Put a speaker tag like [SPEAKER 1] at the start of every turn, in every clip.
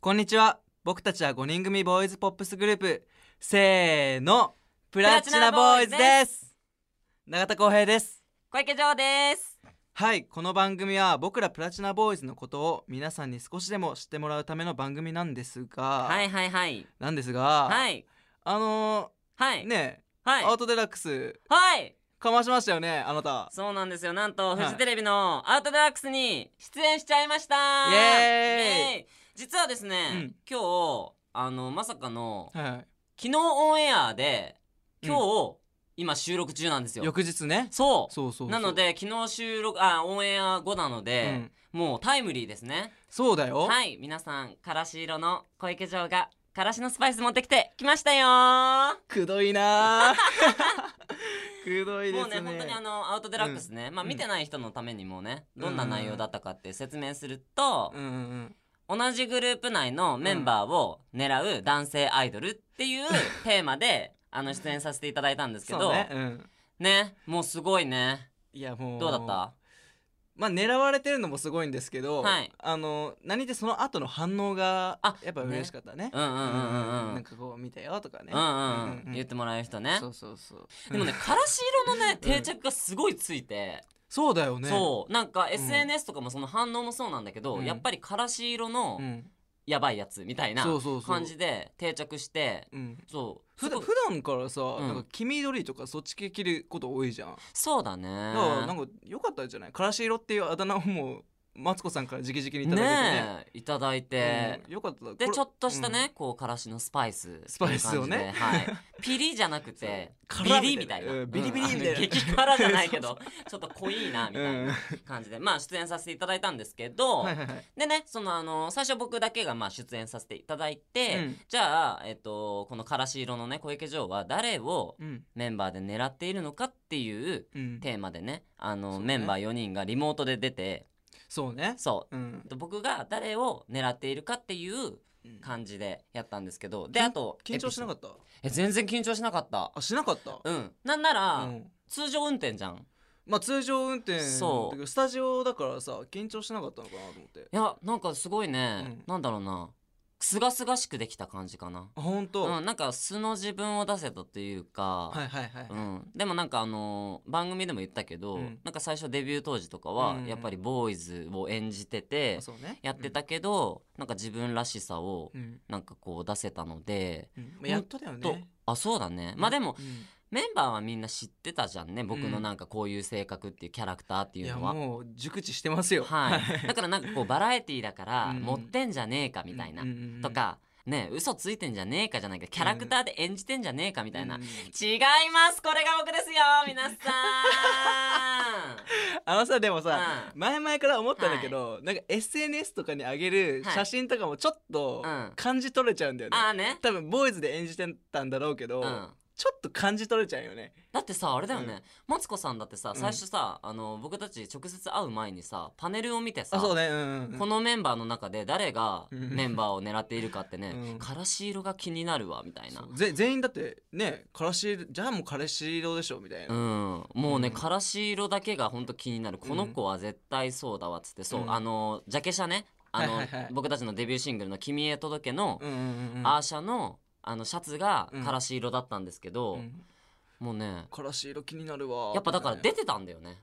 [SPEAKER 1] こんにちは僕たちは5人組ボーイズポップスグループせーのプラチナボーイズです永田光平です
[SPEAKER 2] 小池城です
[SPEAKER 1] はいこの番組は僕らプラチナボーイズのことを皆さんに少しでも知ってもらうための番組なんですが、
[SPEAKER 2] はいはいはい
[SPEAKER 1] なんですが、
[SPEAKER 2] はい
[SPEAKER 1] あの
[SPEAKER 2] はい
[SPEAKER 1] ー、ね、
[SPEAKER 2] はい
[SPEAKER 1] アウトデラックス
[SPEAKER 2] はい
[SPEAKER 1] かましましたよねあなた
[SPEAKER 2] そうなんですよなんと
[SPEAKER 1] はい
[SPEAKER 2] フジテレビのアウトデラックスに出演しちゃいました
[SPEAKER 1] イエーイ
[SPEAKER 2] イエーイ実はですね、
[SPEAKER 1] うん
[SPEAKER 2] 今日あのまさかの
[SPEAKER 1] は
[SPEAKER 2] 昨日オンエアで
[SPEAKER 1] うん
[SPEAKER 2] 今日、今収録中なんです
[SPEAKER 1] い
[SPEAKER 2] よ
[SPEAKER 1] 翌日ね
[SPEAKER 2] そう
[SPEAKER 1] そうそうそう
[SPEAKER 2] なので昨日収録あオンエア後なの
[SPEAKER 1] う
[SPEAKER 2] で、
[SPEAKER 1] ん
[SPEAKER 2] もうタイムリーですね
[SPEAKER 1] そうだよ
[SPEAKER 2] はい皆さんからし色の小池城がからしのスパイス持ってきてきましたよー
[SPEAKER 1] くどいなー くどいで
[SPEAKER 2] も
[SPEAKER 1] す
[SPEAKER 2] う
[SPEAKER 1] ね
[SPEAKER 2] ね本当にあのアウトデラックスね、まあ
[SPEAKER 1] うん
[SPEAKER 2] 見てない人のためにもね、
[SPEAKER 1] うん
[SPEAKER 2] どんな内容だったかって説明すると
[SPEAKER 1] う、んうんうん
[SPEAKER 2] 同じグループ内のメンバーを狙う男性アイドルって いうテーマであの出演させていただいたんですけ
[SPEAKER 1] そう
[SPEAKER 2] ど
[SPEAKER 1] ね
[SPEAKER 2] ね
[SPEAKER 1] うん
[SPEAKER 2] もうすごいね
[SPEAKER 1] いやもう
[SPEAKER 2] どうだった
[SPEAKER 1] まあ狙われてるのもすごいんですけど、
[SPEAKER 2] はい
[SPEAKER 1] あの何でその後の反応が
[SPEAKER 2] あ
[SPEAKER 1] やっぱ嬉しかったね
[SPEAKER 2] うんうんうんうんうん
[SPEAKER 1] なんかこう見たよとかね
[SPEAKER 2] うんうんうん
[SPEAKER 1] うん
[SPEAKER 2] 言ってもらえる人ね
[SPEAKER 1] そうそうそう
[SPEAKER 2] でもね
[SPEAKER 1] うん
[SPEAKER 2] からし色のね定着がすごいついて、
[SPEAKER 1] そうだよね
[SPEAKER 2] そうなんか
[SPEAKER 1] ん
[SPEAKER 2] SNS とかもその反応もそうなんだけど、
[SPEAKER 1] うん
[SPEAKER 2] やっぱりからし色の
[SPEAKER 1] うん
[SPEAKER 2] やばいやつみたいな
[SPEAKER 1] そうそうそう
[SPEAKER 2] 感じで定着して
[SPEAKER 1] うん
[SPEAKER 2] そう
[SPEAKER 1] ふ
[SPEAKER 2] す
[SPEAKER 1] だ
[SPEAKER 2] ごい
[SPEAKER 1] 普段からさ、
[SPEAKER 2] ん
[SPEAKER 1] なんか黄緑とかそっち系着ること多いじゃん、
[SPEAKER 2] そうだね
[SPEAKER 1] だからなんか良かったんじゃないからし色っていうあだ名をもうマツコさんから直々にいただけ
[SPEAKER 2] ねえいただい
[SPEAKER 1] てね
[SPEAKER 2] て、
[SPEAKER 1] うんよかったこ
[SPEAKER 2] で
[SPEAKER 1] れ
[SPEAKER 2] ちょっとしたね、
[SPEAKER 1] うん
[SPEAKER 2] こうからしのスパイス
[SPEAKER 1] スパイスをね
[SPEAKER 2] っていう感じではいピリじゃなくて
[SPEAKER 1] そう
[SPEAKER 2] ビ
[SPEAKER 1] 辛
[SPEAKER 2] リみたいな、
[SPEAKER 1] うんビリビリみたいな
[SPEAKER 2] うんあの激辛じゃない けどちょっと濃いなみたいな感じで、まあ出演させていただいたんですけ
[SPEAKER 1] う
[SPEAKER 2] ど、
[SPEAKER 1] んはいはいはい
[SPEAKER 2] でねそのあの最初僕だけがまあ出演させていただいて、
[SPEAKER 1] うん
[SPEAKER 2] じゃあ、えっと、このからし色のね小池城は誰を
[SPEAKER 1] うん
[SPEAKER 2] メンバーで狙っているのかっていう
[SPEAKER 1] うん
[SPEAKER 2] テーマでねあの
[SPEAKER 1] そうね
[SPEAKER 2] メンバー4人がリモートで出て
[SPEAKER 1] そうね
[SPEAKER 2] そう
[SPEAKER 1] うん
[SPEAKER 2] で僕が誰を狙っているかっていう感じでやったんですけどで
[SPEAKER 1] 緊
[SPEAKER 2] あと
[SPEAKER 1] 緊張しなか
[SPEAKER 2] った
[SPEAKER 1] った
[SPEAKER 2] え全然緊張しなかった
[SPEAKER 1] あしなかった
[SPEAKER 2] うんなんなら、
[SPEAKER 1] うん
[SPEAKER 2] 通常運転じゃん
[SPEAKER 1] まあ通常運転
[SPEAKER 2] そう
[SPEAKER 1] だけどスタジオだからさ緊張しなかったのかなと思って
[SPEAKER 2] いやなんかすごいね、
[SPEAKER 1] うん
[SPEAKER 2] なんだろうなすがすがしくできた感じかな
[SPEAKER 1] あ本当、
[SPEAKER 2] うん、なんか素の自分を出せたというか、
[SPEAKER 1] はいはいはい、
[SPEAKER 2] うん、でもなんかあのー番組でも言ったけど、
[SPEAKER 1] うん
[SPEAKER 2] なんか最初デビュー当時とか
[SPEAKER 1] う
[SPEAKER 2] は
[SPEAKER 1] ん
[SPEAKER 2] やっぱりボーイズを演じてて
[SPEAKER 1] あそうね
[SPEAKER 2] やってたけど、なんか自分らしさを
[SPEAKER 1] うん、
[SPEAKER 2] なんかこう出せたので、
[SPEAKER 1] うんまあ、やっとだよ
[SPEAKER 2] と
[SPEAKER 1] ね
[SPEAKER 2] あそうだねまあでも
[SPEAKER 1] うん
[SPEAKER 2] メンバーはみんな知ってたじゃんね僕
[SPEAKER 1] う
[SPEAKER 2] の
[SPEAKER 1] ん
[SPEAKER 2] なんかこういう性格っていうキャラクターって
[SPEAKER 1] い
[SPEAKER 2] いう
[SPEAKER 1] や
[SPEAKER 2] のは。
[SPEAKER 1] もう熟知してますよ
[SPEAKER 2] はい、だからなんかこうバラエティーだから
[SPEAKER 1] うん
[SPEAKER 2] 持ってんじゃねえかみたいな、
[SPEAKER 1] うんうんうんうん
[SPEAKER 2] とかね嘘ついてんじゃねえかじゃないけどキャラクターで演じてんじゃねえかみたいな、
[SPEAKER 1] うん
[SPEAKER 2] 違いますこれが僕ですよ皆さん
[SPEAKER 1] あのさでもさ、
[SPEAKER 2] う
[SPEAKER 1] 前々から思ったんだけど、なんか SNS とかに上げる
[SPEAKER 2] はい
[SPEAKER 1] 写真とかもちょっと
[SPEAKER 2] うん
[SPEAKER 1] 感じ取れちゃうんだよね、
[SPEAKER 2] ああね、
[SPEAKER 1] 多分ボーイズで演じてたんだろうけど、
[SPEAKER 2] うん、
[SPEAKER 1] ちょっと感じ取れちゃうよね
[SPEAKER 2] だってさあれだよね、マツコさんだってさ
[SPEAKER 1] ん
[SPEAKER 2] 最初さ、あの僕たち直接会う前にさパネルを見てさ
[SPEAKER 1] あそうねうん、うん、
[SPEAKER 2] このメンバーの中で誰が
[SPEAKER 1] うん
[SPEAKER 2] メンバーを狙っているかってね、
[SPEAKER 1] うん
[SPEAKER 2] からし色が気になるわみたいな
[SPEAKER 1] そうぜ全員だってねからしじゃあもう彼氏色でしょみたいな、
[SPEAKER 2] うん、もうね、
[SPEAKER 1] うん
[SPEAKER 2] からし色だけがほんと気になるこの子は絶対そうだわっつって、そう
[SPEAKER 1] うん
[SPEAKER 2] あのジャケ写ねあの、
[SPEAKER 1] はいはいはい
[SPEAKER 2] 僕たちのデビューシングルの「君へ届け」の、
[SPEAKER 1] うんうんうんうん
[SPEAKER 2] アーシャのあのシャツが
[SPEAKER 1] うん
[SPEAKER 2] からし色だったんですけど、
[SPEAKER 1] うん
[SPEAKER 2] もうね
[SPEAKER 1] からし色気になるわ
[SPEAKER 2] やっぱだから
[SPEAKER 1] みたい
[SPEAKER 2] 出てたんだよね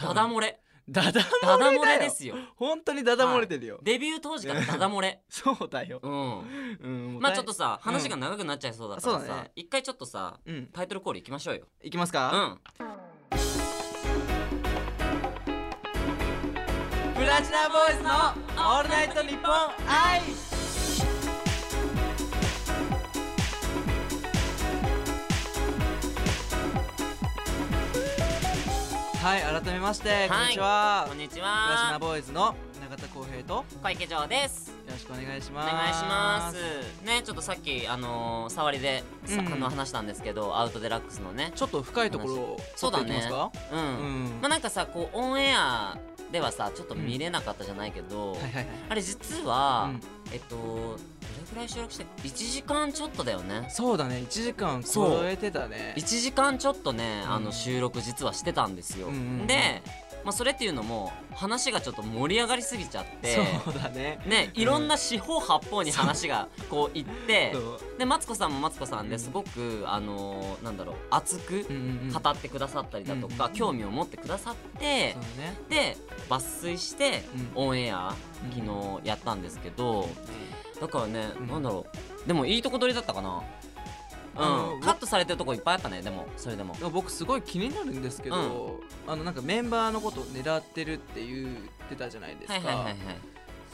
[SPEAKER 1] な
[SPEAKER 2] ダダ漏れ
[SPEAKER 1] ダダ
[SPEAKER 2] ダダ
[SPEAKER 1] 漏れ
[SPEAKER 2] 漏れ
[SPEAKER 1] だ
[SPEAKER 2] で
[SPEAKER 1] よ
[SPEAKER 2] すよ
[SPEAKER 1] 本当にダダ漏れてるよ、
[SPEAKER 2] デビュー当時からダダ漏れ
[SPEAKER 1] そうだよ、
[SPEAKER 2] うん
[SPEAKER 1] うん、もう
[SPEAKER 2] まあ
[SPEAKER 1] 大
[SPEAKER 2] ちょっとさ
[SPEAKER 1] うん
[SPEAKER 2] 話が長くなっちゃいそうだから
[SPEAKER 1] そうだ
[SPEAKER 2] さ
[SPEAKER 1] ね
[SPEAKER 2] 一回ちょっとさ
[SPEAKER 1] うん
[SPEAKER 2] タイトルコールいきましょうよ
[SPEAKER 1] いきます
[SPEAKER 2] う
[SPEAKER 1] か、
[SPEAKER 2] ん
[SPEAKER 1] プラチナボーイズのオールナイトニッポン愛はい改めましてこんにちは、
[SPEAKER 2] こんにち
[SPEAKER 1] プラチナ
[SPEAKER 2] は
[SPEAKER 1] ボーイズの永田光平とよ
[SPEAKER 2] 小池城です
[SPEAKER 1] ろしくお願いし
[SPEAKER 2] お
[SPEAKER 1] ます
[SPEAKER 2] 願いしますねちょっとさっきあのー触りでさ
[SPEAKER 1] うん
[SPEAKER 2] あの話したんですけどアウトデラックスのね
[SPEAKER 1] ちょっと深いところを
[SPEAKER 2] そ
[SPEAKER 1] 取
[SPEAKER 2] う
[SPEAKER 1] って
[SPEAKER 2] だ
[SPEAKER 1] いきま
[SPEAKER 2] ね
[SPEAKER 1] すか
[SPEAKER 2] う
[SPEAKER 1] うんん
[SPEAKER 2] まあなんかさこうオンエアではさちょっと見れなかったじゃないけど、
[SPEAKER 1] はいはいはい
[SPEAKER 2] あれ実は、
[SPEAKER 1] うん
[SPEAKER 2] えっとどれくらい収録して1時間ちょっとだよね
[SPEAKER 1] そうだね1時間超えてたね
[SPEAKER 2] 1時間ちょっとね、
[SPEAKER 1] うん
[SPEAKER 2] あの収録実はしてたんですよ、
[SPEAKER 1] うんうんうん
[SPEAKER 2] でまあ、それっていうのも話がちょっと盛り上がりすぎちゃって
[SPEAKER 1] そうだね
[SPEAKER 2] ね、いろんな四方八方に話がこう行って、
[SPEAKER 1] そう
[SPEAKER 2] でマツコさんもマツコさん
[SPEAKER 1] うん
[SPEAKER 2] ですごく、あのーなんだろう熱く
[SPEAKER 1] うんうんうん
[SPEAKER 2] 語ってくださったりだとか、
[SPEAKER 1] うん
[SPEAKER 2] 興味を持ってくださって
[SPEAKER 1] そう、だね
[SPEAKER 2] で抜粋して、
[SPEAKER 1] うん
[SPEAKER 2] オンエア
[SPEAKER 1] うん
[SPEAKER 2] 昨日やったんですけど、だからね、
[SPEAKER 1] うん
[SPEAKER 2] なんだろうでもいいとこ取りだったかな
[SPEAKER 1] あ
[SPEAKER 2] う
[SPEAKER 1] の
[SPEAKER 2] んカットされてるとこいっぱいあったねでもそれでも
[SPEAKER 1] いや僕すごい気になるんですけど、あのなんかメンバーのことを狙ってるって言ってたじゃないですか、
[SPEAKER 2] はいはいはいはい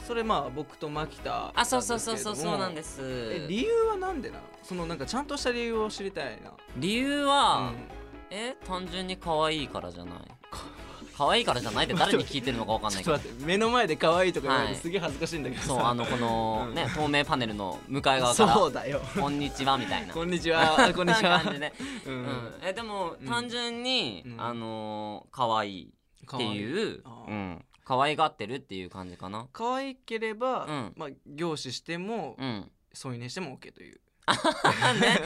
[SPEAKER 1] それまあ僕と牧田
[SPEAKER 2] あそうそうそうそうそうなんですす
[SPEAKER 1] けれどもえ理由はなんでなのそのなんかちゃんとした理由を知りたいな
[SPEAKER 2] 理由は、え単純に可愛いからじゃない可愛いからじゃないって誰に聞いてるのかわかん
[SPEAKER 1] ちょ
[SPEAKER 2] な
[SPEAKER 1] っ
[SPEAKER 2] いけ
[SPEAKER 1] と
[SPEAKER 2] ど
[SPEAKER 1] 待って目の前で可愛いとか言われて、
[SPEAKER 2] はい
[SPEAKER 1] すげえ恥ずかしいんだけどさ
[SPEAKER 2] そうあのこのね透明パネルの向かい側から
[SPEAKER 1] そう
[SPEAKER 2] 「
[SPEAKER 1] だ よ
[SPEAKER 2] こんにちは」みたいな
[SPEAKER 1] こんにちは あこんにちは
[SPEAKER 2] な感じで、
[SPEAKER 1] う
[SPEAKER 2] うんん、えでも
[SPEAKER 1] うん
[SPEAKER 2] 単純に、
[SPEAKER 1] うん
[SPEAKER 2] あのー可愛い
[SPEAKER 1] 可
[SPEAKER 2] って
[SPEAKER 1] 愛い
[SPEAKER 2] いう
[SPEAKER 1] あー
[SPEAKER 2] うん、可愛がってるっていう感じかな
[SPEAKER 1] 可愛ければ、
[SPEAKER 2] うん
[SPEAKER 1] まあ凝視しても、
[SPEAKER 2] うん
[SPEAKER 1] 添い寝しても OK という
[SPEAKER 2] ね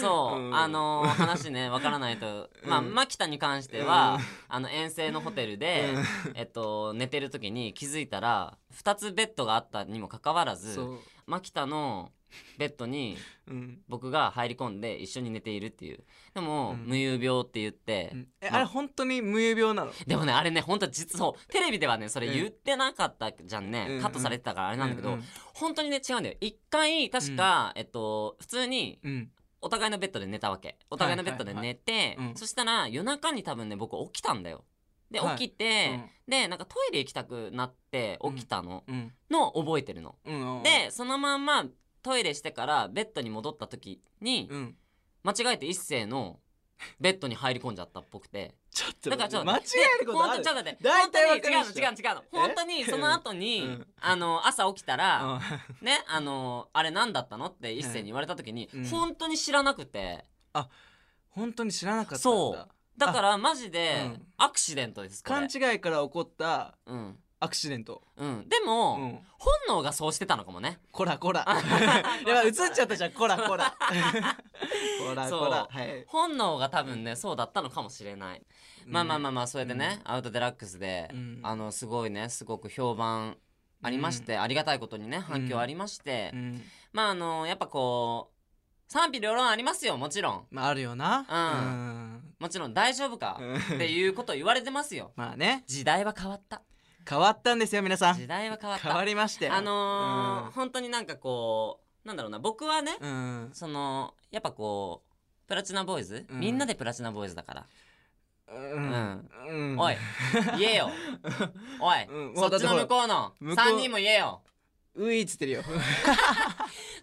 [SPEAKER 2] そう、
[SPEAKER 1] うん
[SPEAKER 2] あのー話ねわからないと、まあ
[SPEAKER 1] うん
[SPEAKER 2] 牧田に関しては、
[SPEAKER 1] うん
[SPEAKER 2] あの遠征のホテルで、えっと寝てる時に気づいたら2つベッドがあったにもかかわらず
[SPEAKER 1] そう
[SPEAKER 2] 牧田のベッドに
[SPEAKER 1] うん
[SPEAKER 2] 僕が入り込んで一緒に寝ているっていうでも、
[SPEAKER 1] うん
[SPEAKER 2] 無遊病って言って、
[SPEAKER 1] うんえあれ本当に無遊病なの
[SPEAKER 2] でもねあれね本当は実はテレビではねそれ
[SPEAKER 1] うん
[SPEAKER 2] 言ってなかったじゃんね、
[SPEAKER 1] うんうん
[SPEAKER 2] カットされてたからあれなんだけど、
[SPEAKER 1] うん
[SPEAKER 2] 本当にね違うんだよ一回確か、えっと普通に
[SPEAKER 1] うん
[SPEAKER 2] お互いのベッドで寝たわけお互いのベッドで寝て、
[SPEAKER 1] はいうん
[SPEAKER 2] そしたら夜中に多分ね僕起きたんだよで
[SPEAKER 1] はい
[SPEAKER 2] 起きて、でなんかトイレ行きたくなって起きたの、
[SPEAKER 1] うん
[SPEAKER 2] のを覚えてるの、
[SPEAKER 1] うん
[SPEAKER 2] でそのまんまトイレしてからベッドに戻った時に、
[SPEAKER 1] うん
[SPEAKER 2] 間違えて一星のベッドに入り込んじゃったっぽくて
[SPEAKER 1] ちょっと
[SPEAKER 2] だからちょっと
[SPEAKER 1] 間違
[SPEAKER 2] 待って
[SPEAKER 1] えることある
[SPEAKER 2] で本当ちょっと待って
[SPEAKER 1] 大体
[SPEAKER 2] 本
[SPEAKER 1] わかる
[SPEAKER 2] 当に違
[SPEAKER 1] で
[SPEAKER 2] うの
[SPEAKER 1] しょ
[SPEAKER 2] 違うの違うの本当にその後に、
[SPEAKER 1] うん
[SPEAKER 2] あの朝起きたら、
[SPEAKER 1] うん
[SPEAKER 2] ねあのあれなんだったのって一星に言われた時に、
[SPEAKER 1] うん
[SPEAKER 2] 本当に知らなくて
[SPEAKER 1] 本当に知らなかったんだ
[SPEAKER 2] そうだからマジで
[SPEAKER 1] うん
[SPEAKER 2] アクシデントですこれ
[SPEAKER 1] 勘違いから起こった
[SPEAKER 2] うん
[SPEAKER 1] アクシデント
[SPEAKER 2] うん、で
[SPEAKER 1] う
[SPEAKER 2] も、
[SPEAKER 1] ん
[SPEAKER 2] 本能がそうしてたのかもね
[SPEAKER 1] こらこらい や映っちゃったじゃんこらこら こらこら
[SPEAKER 2] そう
[SPEAKER 1] はい
[SPEAKER 2] 本能が多分ねそうだったのかもしれない、まあまあまあまあそれでね、アウトデラックスで、
[SPEAKER 1] うん
[SPEAKER 2] あのすごいねすごく評判ありまして、ありがたいことにね反響ありまして、
[SPEAKER 1] うん
[SPEAKER 2] まああのやっぱこう賛否両論ありますよもちろん
[SPEAKER 1] まああるよな
[SPEAKER 2] もちろん大丈夫か
[SPEAKER 1] うんうん
[SPEAKER 2] っていうことを言われてますよ
[SPEAKER 1] まあね
[SPEAKER 2] 時代は変わった
[SPEAKER 1] 変わったんですよ皆さ
[SPEAKER 2] 時
[SPEAKER 1] ん
[SPEAKER 2] 代は変わった
[SPEAKER 1] 変わりまして
[SPEAKER 2] あのー本当になんかこうなんだろうな僕はね、
[SPEAKER 1] うん
[SPEAKER 2] そのやっぱこうプラチナボーイズ、
[SPEAKER 1] うん
[SPEAKER 2] みんなでプラチナボーイズだから、
[SPEAKER 1] う
[SPEAKER 2] うんん
[SPEAKER 1] うん
[SPEAKER 2] おい言 えよおい、
[SPEAKER 1] うん
[SPEAKER 2] そっちの向こうの
[SPEAKER 1] 向こう
[SPEAKER 2] 3人も言えよ
[SPEAKER 1] ういっつってる よ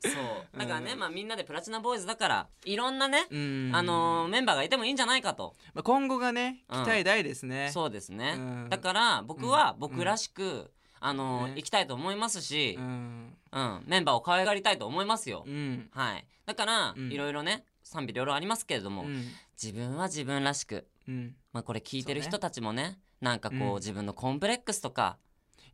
[SPEAKER 2] そうだからね、
[SPEAKER 1] うん
[SPEAKER 2] まあみんなでプラチナボーイズだからいろんなね、
[SPEAKER 1] うん
[SPEAKER 2] あのーメンバーがいてもいいんじゃないかと、
[SPEAKER 1] まあ、今後がね
[SPEAKER 2] う
[SPEAKER 1] 期
[SPEAKER 2] ん
[SPEAKER 1] 待大ですね、
[SPEAKER 2] そうですね、
[SPEAKER 1] うん
[SPEAKER 2] だから僕は
[SPEAKER 1] うん
[SPEAKER 2] 僕らしく、あのー
[SPEAKER 1] ね
[SPEAKER 2] 行きたいと思いますし、
[SPEAKER 1] ん
[SPEAKER 2] うん、メンバーを可愛がりたいと思いますよ、
[SPEAKER 1] うん
[SPEAKER 2] はいだから、
[SPEAKER 1] うん
[SPEAKER 2] いろいろね賛否両論ありますけれども、
[SPEAKER 1] うん
[SPEAKER 2] 自分は自分らしく、
[SPEAKER 1] うん
[SPEAKER 2] まあ、これ聞いてる
[SPEAKER 1] そうね
[SPEAKER 2] 人たちもねなんかこう、
[SPEAKER 1] うん
[SPEAKER 2] 自分のコンプレックスとか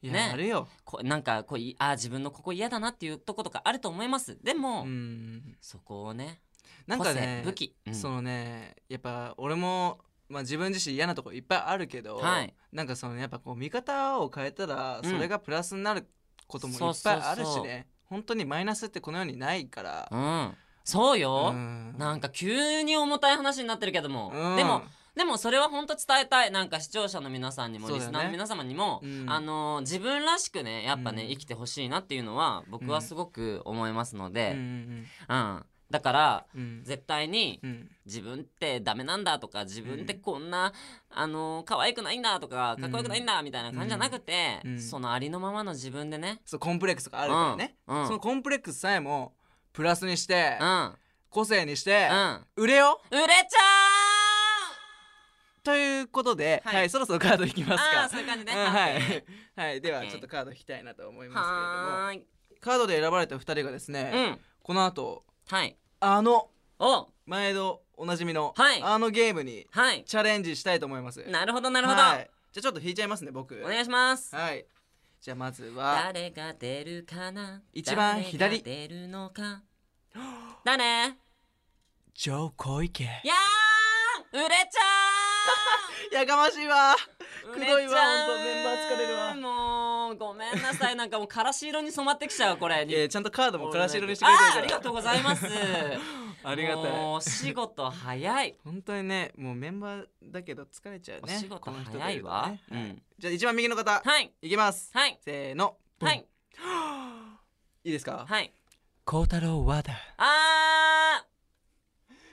[SPEAKER 1] いや、
[SPEAKER 2] ね
[SPEAKER 1] あるよ、
[SPEAKER 2] こなんかこういあー自分のここ嫌だなっていうとことかあると思いますでも、
[SPEAKER 1] うん、
[SPEAKER 2] そこをね
[SPEAKER 1] なんかね
[SPEAKER 2] 個性武器、うん
[SPEAKER 1] そのねやっぱ俺も、まあ、自分自身嫌なとこいっぱいあるけど、
[SPEAKER 2] はい
[SPEAKER 1] なんかそのやっぱこう見方を変えたら
[SPEAKER 2] うん
[SPEAKER 1] それがプラスになることもいっ
[SPEAKER 2] そう
[SPEAKER 1] ぱ
[SPEAKER 2] そう
[SPEAKER 1] い
[SPEAKER 2] そう
[SPEAKER 1] あるしね、本当にマイナスってこの世にないから
[SPEAKER 2] う、ん、そうよ、
[SPEAKER 1] ん
[SPEAKER 2] なんか急に重たい話になってるけども、
[SPEAKER 1] うん
[SPEAKER 2] でもでもそれは本当伝えたいなんか視聴者の皆さんにも、
[SPEAKER 1] そう
[SPEAKER 2] リ
[SPEAKER 1] だ
[SPEAKER 2] ス
[SPEAKER 1] よね
[SPEAKER 2] ナーの皆様にも、
[SPEAKER 1] うん
[SPEAKER 2] あのー自分らしくねやっぱね、
[SPEAKER 1] うん
[SPEAKER 2] 生きてほしいなっていうのは僕はすごく思いますの
[SPEAKER 1] う
[SPEAKER 2] で、うん
[SPEAKER 1] ん
[SPEAKER 2] だから
[SPEAKER 1] うんうん
[SPEAKER 2] 絶対に
[SPEAKER 1] うん
[SPEAKER 2] 自分ってダメなんだとか自分ってこんな、あのー可愛くないんだとかかっこよくないんだみたいな感じじゃなくて、
[SPEAKER 1] うんうん
[SPEAKER 2] そのありのままの自分でね
[SPEAKER 1] そうコンプレックスがあるからね、
[SPEAKER 2] うんうん
[SPEAKER 1] そのコンプレックスさえもプラスにして、
[SPEAKER 2] うんうん
[SPEAKER 1] 個性にして、売れよ
[SPEAKER 2] 売れちゃ
[SPEAKER 1] ということで、
[SPEAKER 2] はい
[SPEAKER 1] はい、そろそろカードいきま
[SPEAKER 2] う
[SPEAKER 1] す
[SPEAKER 2] あ
[SPEAKER 1] か
[SPEAKER 2] あー。そういう感じね
[SPEAKER 1] うんはい
[SPEAKER 2] OK
[SPEAKER 1] はい、では
[SPEAKER 2] OK
[SPEAKER 1] ちょっとカード引きたいなと思います
[SPEAKER 2] はーい
[SPEAKER 1] けれどもカードで選ばれた2人がですね、
[SPEAKER 2] うん
[SPEAKER 1] この後
[SPEAKER 2] はい
[SPEAKER 1] あの
[SPEAKER 2] お
[SPEAKER 1] 毎度おなじみの、
[SPEAKER 2] はい
[SPEAKER 1] あのゲームに
[SPEAKER 2] はい
[SPEAKER 1] チャレンジしたいと思います
[SPEAKER 2] なるほどなるほど、
[SPEAKER 1] はいじゃあちょっと引いちゃいますね僕
[SPEAKER 2] お願いします
[SPEAKER 1] はいじゃあまずは
[SPEAKER 2] 誰が出るかな
[SPEAKER 1] 一番左
[SPEAKER 2] 誰が出るのか誰や
[SPEAKER 1] ジョー小池
[SPEAKER 2] ーん売れちゃ
[SPEAKER 1] やかましいわ くどいわ
[SPEAKER 2] 売れちゃう
[SPEAKER 1] ほんとメンバー疲れるわ
[SPEAKER 2] もうごめんなさいなんかもうからし色に染まってきちゃうこれ
[SPEAKER 1] えー、ちゃんとカードもからし色にしてくれてる
[SPEAKER 2] あ
[SPEAKER 1] か
[SPEAKER 2] ー
[SPEAKER 1] ら
[SPEAKER 2] ありがとうございます
[SPEAKER 1] ありがたい
[SPEAKER 2] もうお仕事早い
[SPEAKER 1] 本当にねもうメンバーだけど疲れちゃうね
[SPEAKER 2] お仕事
[SPEAKER 1] この人と
[SPEAKER 2] 早いわ
[SPEAKER 1] るとね
[SPEAKER 2] うん
[SPEAKER 1] はいじゃあ一番右の方
[SPEAKER 2] はい
[SPEAKER 1] いきます
[SPEAKER 2] はい
[SPEAKER 1] せーの
[SPEAKER 2] はい
[SPEAKER 1] いいですか
[SPEAKER 2] はい
[SPEAKER 1] 孝太郎和田
[SPEAKER 2] あ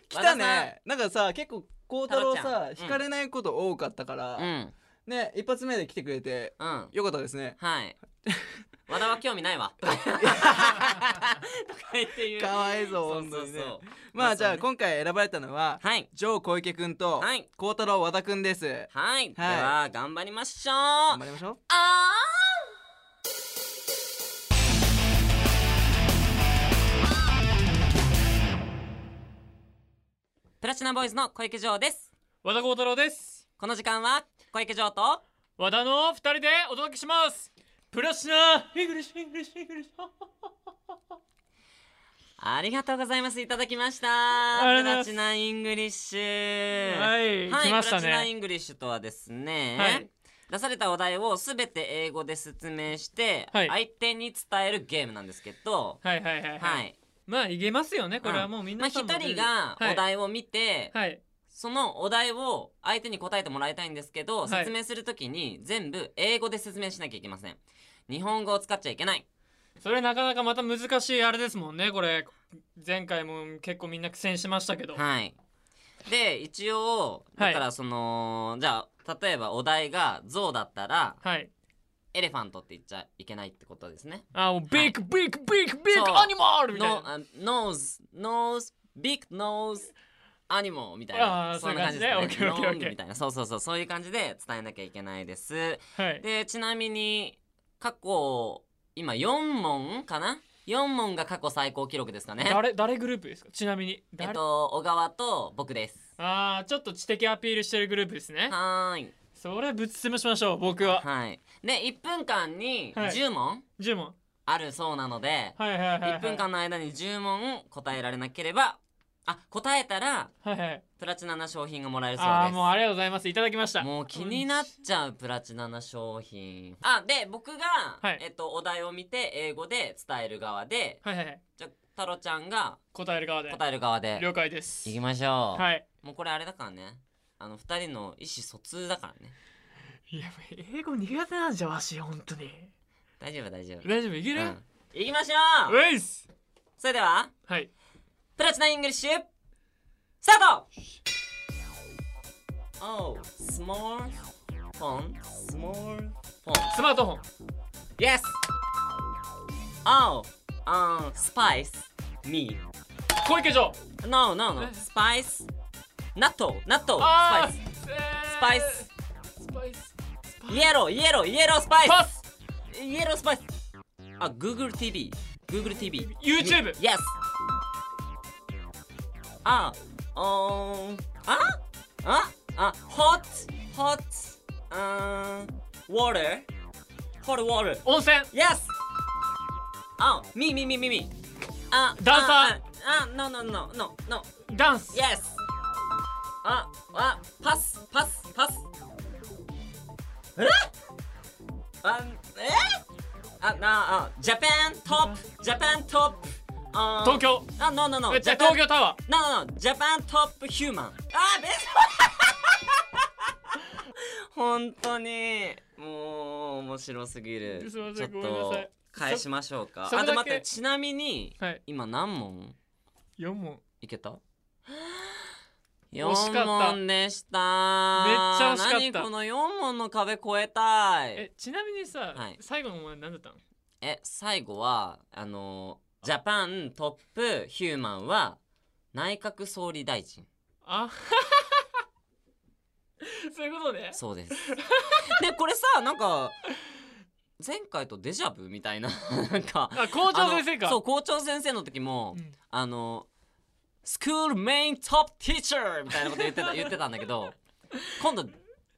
[SPEAKER 1] 来た
[SPEAKER 2] 和田
[SPEAKER 1] ねなんかさ結構孝太郎
[SPEAKER 2] 太
[SPEAKER 1] さ
[SPEAKER 2] 郎ちゃん
[SPEAKER 1] 惹かれないこと多かったか
[SPEAKER 2] ー
[SPEAKER 1] ら
[SPEAKER 2] う、ん
[SPEAKER 1] ね一発目で来てくれて
[SPEAKER 2] うん
[SPEAKER 1] よかったですね
[SPEAKER 2] はい 和田は興味ないわとか言って言う
[SPEAKER 1] かわいそう
[SPEAKER 2] そう
[SPEAKER 1] 本
[SPEAKER 2] そ
[SPEAKER 1] 当
[SPEAKER 2] う
[SPEAKER 1] に
[SPEAKER 2] そ
[SPEAKER 1] ね
[SPEAKER 2] う
[SPEAKER 1] まあじゃ
[SPEAKER 2] そ
[SPEAKER 1] あ
[SPEAKER 2] うね
[SPEAKER 1] 今回選ばれたのは
[SPEAKER 2] はい
[SPEAKER 1] ジョー小池くんと
[SPEAKER 2] はい
[SPEAKER 1] 孝太郎和田くんです
[SPEAKER 2] はい、では頑張りましょうあ
[SPEAKER 1] 頑張りましょう
[SPEAKER 2] あープラチナボーイズの小池城です
[SPEAKER 3] 和田幸太郎です
[SPEAKER 2] この時間は小池城と
[SPEAKER 3] 和田の二人でお届けしますプラスナイングリッシュイングリッシュイングリッシュ
[SPEAKER 2] ありがとうございますいただきましたプ
[SPEAKER 3] りがとうござい
[SPEAKER 2] ラ
[SPEAKER 3] ます
[SPEAKER 2] チナイングリッシュ
[SPEAKER 3] はい来ましたね
[SPEAKER 2] プラチナイングリッシュとはですね、
[SPEAKER 3] はい
[SPEAKER 2] 出されたお題をすべて英語で説明して、
[SPEAKER 3] はい
[SPEAKER 2] 相手に伝えるゲームなんですけど
[SPEAKER 3] はいはいはい
[SPEAKER 2] はい、
[SPEAKER 3] まあいけますよねこれはもうみんな
[SPEAKER 2] まあ、
[SPEAKER 3] さん
[SPEAKER 2] 一
[SPEAKER 3] も
[SPEAKER 2] 人がお
[SPEAKER 3] はい
[SPEAKER 2] 題を見て、
[SPEAKER 3] はい
[SPEAKER 2] そのお題を相手に答えてもらいたいんですけど、
[SPEAKER 3] い
[SPEAKER 2] 説明するときに全部英語で説明しなきゃいけません日本語を使っちゃいけない
[SPEAKER 3] それなかなかまた難しいあれですもんねこれ前回も結構みんな苦戦しましたけどは
[SPEAKER 2] はいで一応だからその、じゃあ例えばお題が象だったら
[SPEAKER 3] い
[SPEAKER 2] エレファントって言っちゃいけないってことですね
[SPEAKER 3] あもうビッグビッグビッグビッ
[SPEAKER 2] そう
[SPEAKER 3] グアニマルみたい
[SPEAKER 2] ノ
[SPEAKER 3] な
[SPEAKER 2] あノーズノーズビッグノーズアニモみたい
[SPEAKER 3] あ
[SPEAKER 2] な
[SPEAKER 3] ー
[SPEAKER 2] そんな感じですね
[SPEAKER 3] そういう感じね OKOKOK
[SPEAKER 2] ノーズみたいなそうそうそうそういう感じで伝えなきゃいけないです
[SPEAKER 3] はい
[SPEAKER 2] でちなみに過去今4問かな4問が過去最高記録ですかね
[SPEAKER 3] 誰誰グループですかちなみに
[SPEAKER 2] えっ
[SPEAKER 3] 誰
[SPEAKER 2] と小川と僕です
[SPEAKER 3] あーちょっと知的アピールしてるグループですね
[SPEAKER 2] はーい
[SPEAKER 3] それぶっ潰しましょう僕は
[SPEAKER 2] はいで1分間に
[SPEAKER 3] はい
[SPEAKER 2] 10問
[SPEAKER 3] 10問
[SPEAKER 2] あるそうなので、
[SPEAKER 3] はいはいはいはい
[SPEAKER 2] 1分間の間に10問答えられなければあ答えたら
[SPEAKER 3] はいはい
[SPEAKER 2] プラチナな商品がもらえるそう
[SPEAKER 3] ああ
[SPEAKER 2] です
[SPEAKER 3] もうありがとうございますいただきました
[SPEAKER 2] もう気になっちゃうプラチナな商品あで僕が、
[SPEAKER 3] はい
[SPEAKER 2] えっと、お題を見て英語で伝える側で
[SPEAKER 3] はいはいはい
[SPEAKER 2] じゃ太郎ちゃんが
[SPEAKER 3] 答える側で
[SPEAKER 2] 答える側で
[SPEAKER 3] 了解です
[SPEAKER 2] 行きましょう、
[SPEAKER 3] はい
[SPEAKER 2] もうこれあれだからねあの二人の意思疎通だからね
[SPEAKER 3] いやもう英語苦手なんじゃわし本当に
[SPEAKER 2] 大丈夫大丈夫、
[SPEAKER 3] 大丈夫いけ
[SPEAKER 2] う
[SPEAKER 3] る
[SPEAKER 2] ん、行きましょ
[SPEAKER 3] ウ
[SPEAKER 2] う
[SPEAKER 3] ェイス
[SPEAKER 2] それでは
[SPEAKER 3] はい
[SPEAKER 2] プラチナイングリッシュスタート Oh, small phone, small phone.
[SPEAKER 3] スマートフォン
[SPEAKER 2] Yes! Oh, um, spice, me.
[SPEAKER 3] 小池城
[SPEAKER 2] No, no, no, spice, 納豆、納豆、
[SPEAKER 3] あ
[SPEAKER 2] spice,
[SPEAKER 3] ス
[SPEAKER 2] スパイス
[SPEAKER 3] スパイス
[SPEAKER 2] yellow, yellow, yellow spice,
[SPEAKER 3] パス
[SPEAKER 2] yellow spice. あ、Google TV, Google TV.
[SPEAKER 3] YouTube
[SPEAKER 2] Yes! あ、おーん、あああ、hot, hot, うーん、water, hot water.
[SPEAKER 3] 温泉
[SPEAKER 2] Yes. Oh, me, me, me, me, me. Uh,
[SPEAKER 3] Dancer.
[SPEAKER 2] Uh, uh, uh, no, no, no, no, no.
[SPEAKER 3] ダンス
[SPEAKER 2] Yes. Uh, uh, pass, pass, pass. Huh? Um, eh? Uh, no, uh, Japan top, Japan top. Uh,
[SPEAKER 3] 東京
[SPEAKER 2] Uh, no, no, no.
[SPEAKER 3] えじゃあ
[SPEAKER 2] Japan-
[SPEAKER 3] 東京タワ
[SPEAKER 2] No, no, no. Japan top human. あ、別に。 本当にもう面白すぎる。
[SPEAKER 3] すいません
[SPEAKER 2] ちょっ
[SPEAKER 3] ごめんなさ
[SPEAKER 2] と
[SPEAKER 3] い
[SPEAKER 2] 返しましょうか。
[SPEAKER 3] そそ
[SPEAKER 2] あ
[SPEAKER 3] れだ
[SPEAKER 2] と待
[SPEAKER 3] け
[SPEAKER 2] って、ちなみに
[SPEAKER 3] ーはい
[SPEAKER 2] 今何問
[SPEAKER 3] 4問
[SPEAKER 2] いけた？
[SPEAKER 3] 惜しかった
[SPEAKER 2] 4問でした。
[SPEAKER 3] めっちゃ惜しかった
[SPEAKER 2] 何この4問の壁越えたい。
[SPEAKER 3] えちなみにさ
[SPEAKER 2] はい
[SPEAKER 3] 最後の問題何だったの
[SPEAKER 2] え最後はあのジャパントップヒューマンは内閣総理大臣。
[SPEAKER 3] あそういうことね
[SPEAKER 2] そう です。でこれさなんか前回とデジャブみたいななんか
[SPEAKER 3] あ校長先生
[SPEAKER 2] あ
[SPEAKER 3] か
[SPEAKER 2] のそう校長先生の時も、
[SPEAKER 3] うん
[SPEAKER 2] あのスクールメイントップティーチャーみたいなこと言ってた言ってたんだけ ど今度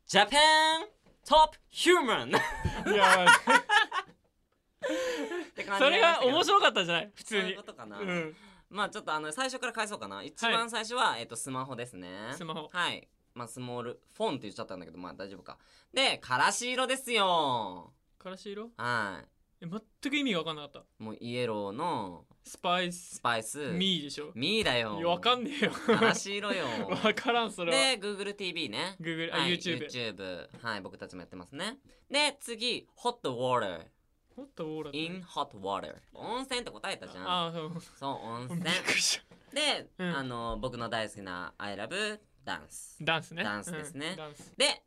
[SPEAKER 2] ジャパントップヒューマンっ
[SPEAKER 3] いや
[SPEAKER 2] て感じ
[SPEAKER 3] それが面
[SPEAKER 2] い
[SPEAKER 3] 白かったんじゃない普
[SPEAKER 2] そう
[SPEAKER 3] 通
[SPEAKER 2] いう
[SPEAKER 3] に
[SPEAKER 2] ことかな、
[SPEAKER 3] うん
[SPEAKER 2] まあちょっとあの最初から返そうかな一番最初は、えっとスマホですね
[SPEAKER 3] スマホ
[SPEAKER 2] はいまあ、スモールフォンって言っちゃったんだけどまあ大丈夫かでからし色ですよ
[SPEAKER 3] からし色
[SPEAKER 2] は
[SPEAKER 3] え全く意味が分かんなかった
[SPEAKER 2] いもうイエローの
[SPEAKER 3] スパイ
[SPEAKER 2] ス
[SPEAKER 3] ス
[SPEAKER 2] パイス
[SPEAKER 3] ミーでしょ
[SPEAKER 2] ミーだよ
[SPEAKER 3] いや分かんねえよ
[SPEAKER 2] からし 色よ
[SPEAKER 3] 分からんそれは
[SPEAKER 2] で GoogleTV ね
[SPEAKER 3] Google あ
[SPEAKER 2] はい
[SPEAKER 3] YouTube
[SPEAKER 2] YouTube はい僕たちもやってますねで次 Hot Water
[SPEAKER 3] もっとオーラだね
[SPEAKER 2] in hot water 温泉って答えたじゃん
[SPEAKER 3] ああそう
[SPEAKER 2] そう温
[SPEAKER 3] びっ
[SPEAKER 2] 泉
[SPEAKER 3] くりし
[SPEAKER 2] で、
[SPEAKER 3] うん
[SPEAKER 2] あの僕の大好きな I love ダンス
[SPEAKER 3] たダンスね
[SPEAKER 2] ダンスですね
[SPEAKER 3] うんダンス
[SPEAKER 2] で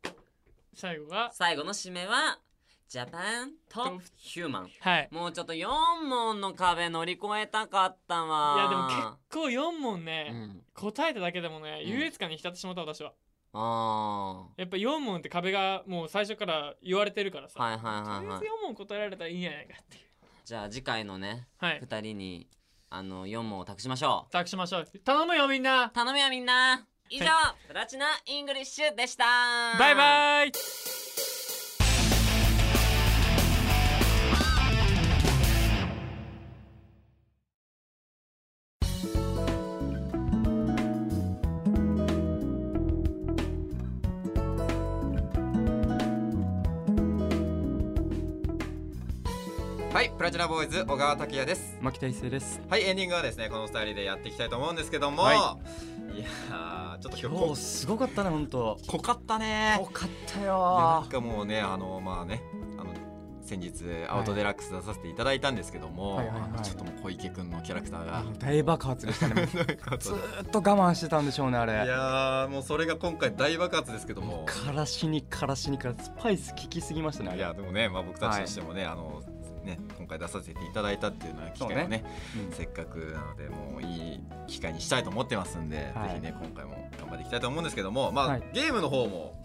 [SPEAKER 3] 最後が
[SPEAKER 2] 最後の締めはジャパントップヒューマン
[SPEAKER 3] はい
[SPEAKER 2] もうちょっと4問の壁乗り越えたかった
[SPEAKER 3] い
[SPEAKER 2] わ
[SPEAKER 3] やでも結構4問ね、
[SPEAKER 2] うん、
[SPEAKER 3] 答えただけでもね、
[SPEAKER 2] うん
[SPEAKER 3] 優越感に浸ってしまった私は
[SPEAKER 2] あ
[SPEAKER 3] やっぱ4問って壁がもう最初から言われてるからさ、
[SPEAKER 2] はいはいはいはい
[SPEAKER 3] とりあえず4問答えられたらいいんじゃないかっていう
[SPEAKER 2] ーじゃあ次回のね
[SPEAKER 3] はい
[SPEAKER 2] 2人にあの4問を託しましょ
[SPEAKER 3] 託しましょう頼むよみんな
[SPEAKER 2] う頼むよみんな以上、プラチナイングリッシュでした
[SPEAKER 3] バイバイ
[SPEAKER 4] はいプラチナボーイズ小川拓也です
[SPEAKER 5] 牧田一成です
[SPEAKER 4] はいエンディングはですねこの二人でやっていきたいと思うんですけども、、
[SPEAKER 5] はい
[SPEAKER 4] やーちょっと今
[SPEAKER 5] 今日
[SPEAKER 4] 日
[SPEAKER 5] すごかったね本当
[SPEAKER 4] 濃かったね
[SPEAKER 5] よかった
[SPEAKER 4] いやな
[SPEAKER 5] よ
[SPEAKER 4] んかもうねあのまあねあの先日アウトデラックス出させていただいたんですけども、
[SPEAKER 5] はいはいはいはい
[SPEAKER 4] ちょっともう小池くんのキャラクターが、
[SPEAKER 5] 大爆発でした ね
[SPEAKER 4] ということで
[SPEAKER 5] ずーっと我慢してたんでしょうねあ
[SPEAKER 4] い
[SPEAKER 5] れ
[SPEAKER 4] やーもうそれが今回大爆発ですけども
[SPEAKER 5] からしにからしにからスパイス効きすぎましたねあ
[SPEAKER 4] い
[SPEAKER 5] れ
[SPEAKER 4] やでもね、まあ、僕たちとしてもね、あのね今回出させていただいたっていうのは機会を
[SPEAKER 5] そう
[SPEAKER 4] ね
[SPEAKER 5] うん
[SPEAKER 4] せっかくなのでもういい機会にしたいと思ってますんで、
[SPEAKER 5] はい
[SPEAKER 4] ぜひね今回も頑張っていきたいと思うんですけども、まあ
[SPEAKER 5] はい
[SPEAKER 4] ゲームの方も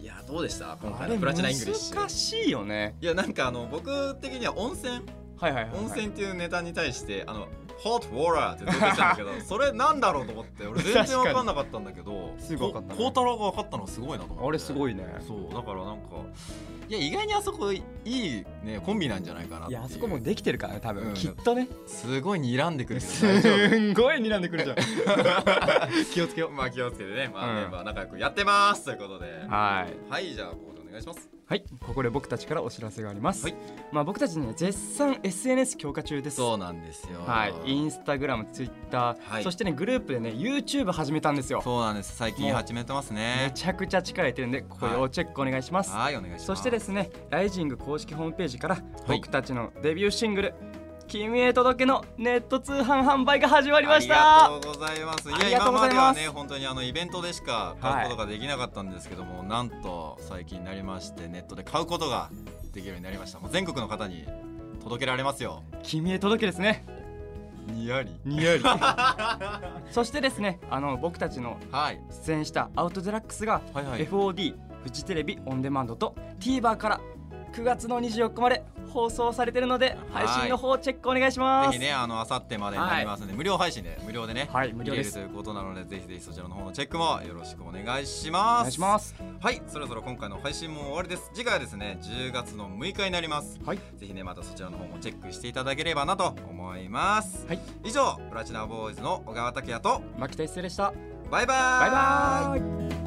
[SPEAKER 4] いやどうでした今
[SPEAKER 5] あ
[SPEAKER 4] 回
[SPEAKER 5] れ
[SPEAKER 4] のプラチナイングリッシ
[SPEAKER 5] 難
[SPEAKER 4] ュ。
[SPEAKER 5] しいよね
[SPEAKER 4] いやなんかあの僕的には温泉
[SPEAKER 5] はいはいはいはい
[SPEAKER 4] 温泉っていうネタに対してあのホットウォーラーって出てきたんだ けどそれなんだろうと思って俺全然分かんなかったんだけど
[SPEAKER 5] すごかったね
[SPEAKER 4] こ孝太郎が分かったのすごいなと思って
[SPEAKER 5] あれすごいね
[SPEAKER 4] そうだからなんかいや意外にあそこいいねコンビなんじゃないかなっ
[SPEAKER 5] い
[SPEAKER 4] ていう
[SPEAKER 5] やあそこもできてるからね多
[SPEAKER 4] う
[SPEAKER 5] 分
[SPEAKER 4] ん
[SPEAKER 5] きっとね
[SPEAKER 4] すごい睨んでくるけど
[SPEAKER 5] す
[SPEAKER 4] 大 丈夫
[SPEAKER 5] んごい睨んでくるじゃん気をつけよ
[SPEAKER 4] まあ 気をつけてねまあ
[SPEAKER 5] うん
[SPEAKER 4] メンバー仲良くやってますということで
[SPEAKER 5] う はい
[SPEAKER 4] はいじゃあここでお願いします
[SPEAKER 5] はい、ここで僕たちからお知らせがあります。
[SPEAKER 4] はい
[SPEAKER 5] まあ僕たちね絶賛 SNS 強化中です。
[SPEAKER 4] そうなんですよ
[SPEAKER 5] はい、インスタグラム、ツイッタ
[SPEAKER 4] は
[SPEAKER 5] ー、
[SPEAKER 4] い
[SPEAKER 5] そしてねグループでね YouTube 始めたんですよ。
[SPEAKER 4] そうなんです最近
[SPEAKER 5] もう
[SPEAKER 4] 始めてます
[SPEAKER 5] め
[SPEAKER 4] ね
[SPEAKER 5] ちゃくちゃ力入れてるんでここ
[SPEAKER 4] はい
[SPEAKER 5] 要チェックお願いします。
[SPEAKER 4] はいお願いします
[SPEAKER 5] そしてですね、ライジング公式ホームページから
[SPEAKER 4] い
[SPEAKER 5] 僕たちのデビューシングル、君へ届けのネット通販販売が始まりました。
[SPEAKER 4] ありがとうございます。い
[SPEAKER 5] あ
[SPEAKER 4] や
[SPEAKER 5] りがと
[SPEAKER 4] 今
[SPEAKER 5] うござ
[SPEAKER 4] ま
[SPEAKER 5] い
[SPEAKER 4] で
[SPEAKER 5] ま
[SPEAKER 4] は
[SPEAKER 5] す
[SPEAKER 4] ね本当にあのイベントでしか買うことができなかったんですけども、なんと最近になりましてネットで買うことができるようになりました。もう全国の方に届けられますよ。
[SPEAKER 5] 君へ届けですね。
[SPEAKER 4] にやり。
[SPEAKER 5] に やり。そしてですね、あの僕たちの
[SPEAKER 4] はい。
[SPEAKER 5] 出演したアウトデラックスが
[SPEAKER 4] はいは
[SPEAKER 5] FOD フジテレビオンデマンドと TVer から9月の24日まで放送されてるので
[SPEAKER 4] はい
[SPEAKER 5] 配信の方チェックお願いします
[SPEAKER 4] ぜひねあの明後日までになりますので、無料配信で無料でね。
[SPEAKER 5] はい無
[SPEAKER 4] 見
[SPEAKER 5] 料
[SPEAKER 4] れ
[SPEAKER 5] で
[SPEAKER 4] る
[SPEAKER 5] す
[SPEAKER 4] ということなのでぜひぜひそちらの方のチェックもよろしくお願いし
[SPEAKER 5] お
[SPEAKER 4] ます。
[SPEAKER 5] 願いします
[SPEAKER 4] はいそろそろ今回の配信も終わりです次回はですね10月の6日になります
[SPEAKER 5] はい
[SPEAKER 4] ぜひねまたそちらの方もチェックしていただければなと思います、
[SPEAKER 5] はい、
[SPEAKER 4] 以上プラチナボーイズの小川拓也と
[SPEAKER 5] 牧田一成でした
[SPEAKER 4] バイバーイ
[SPEAKER 5] バイバーイ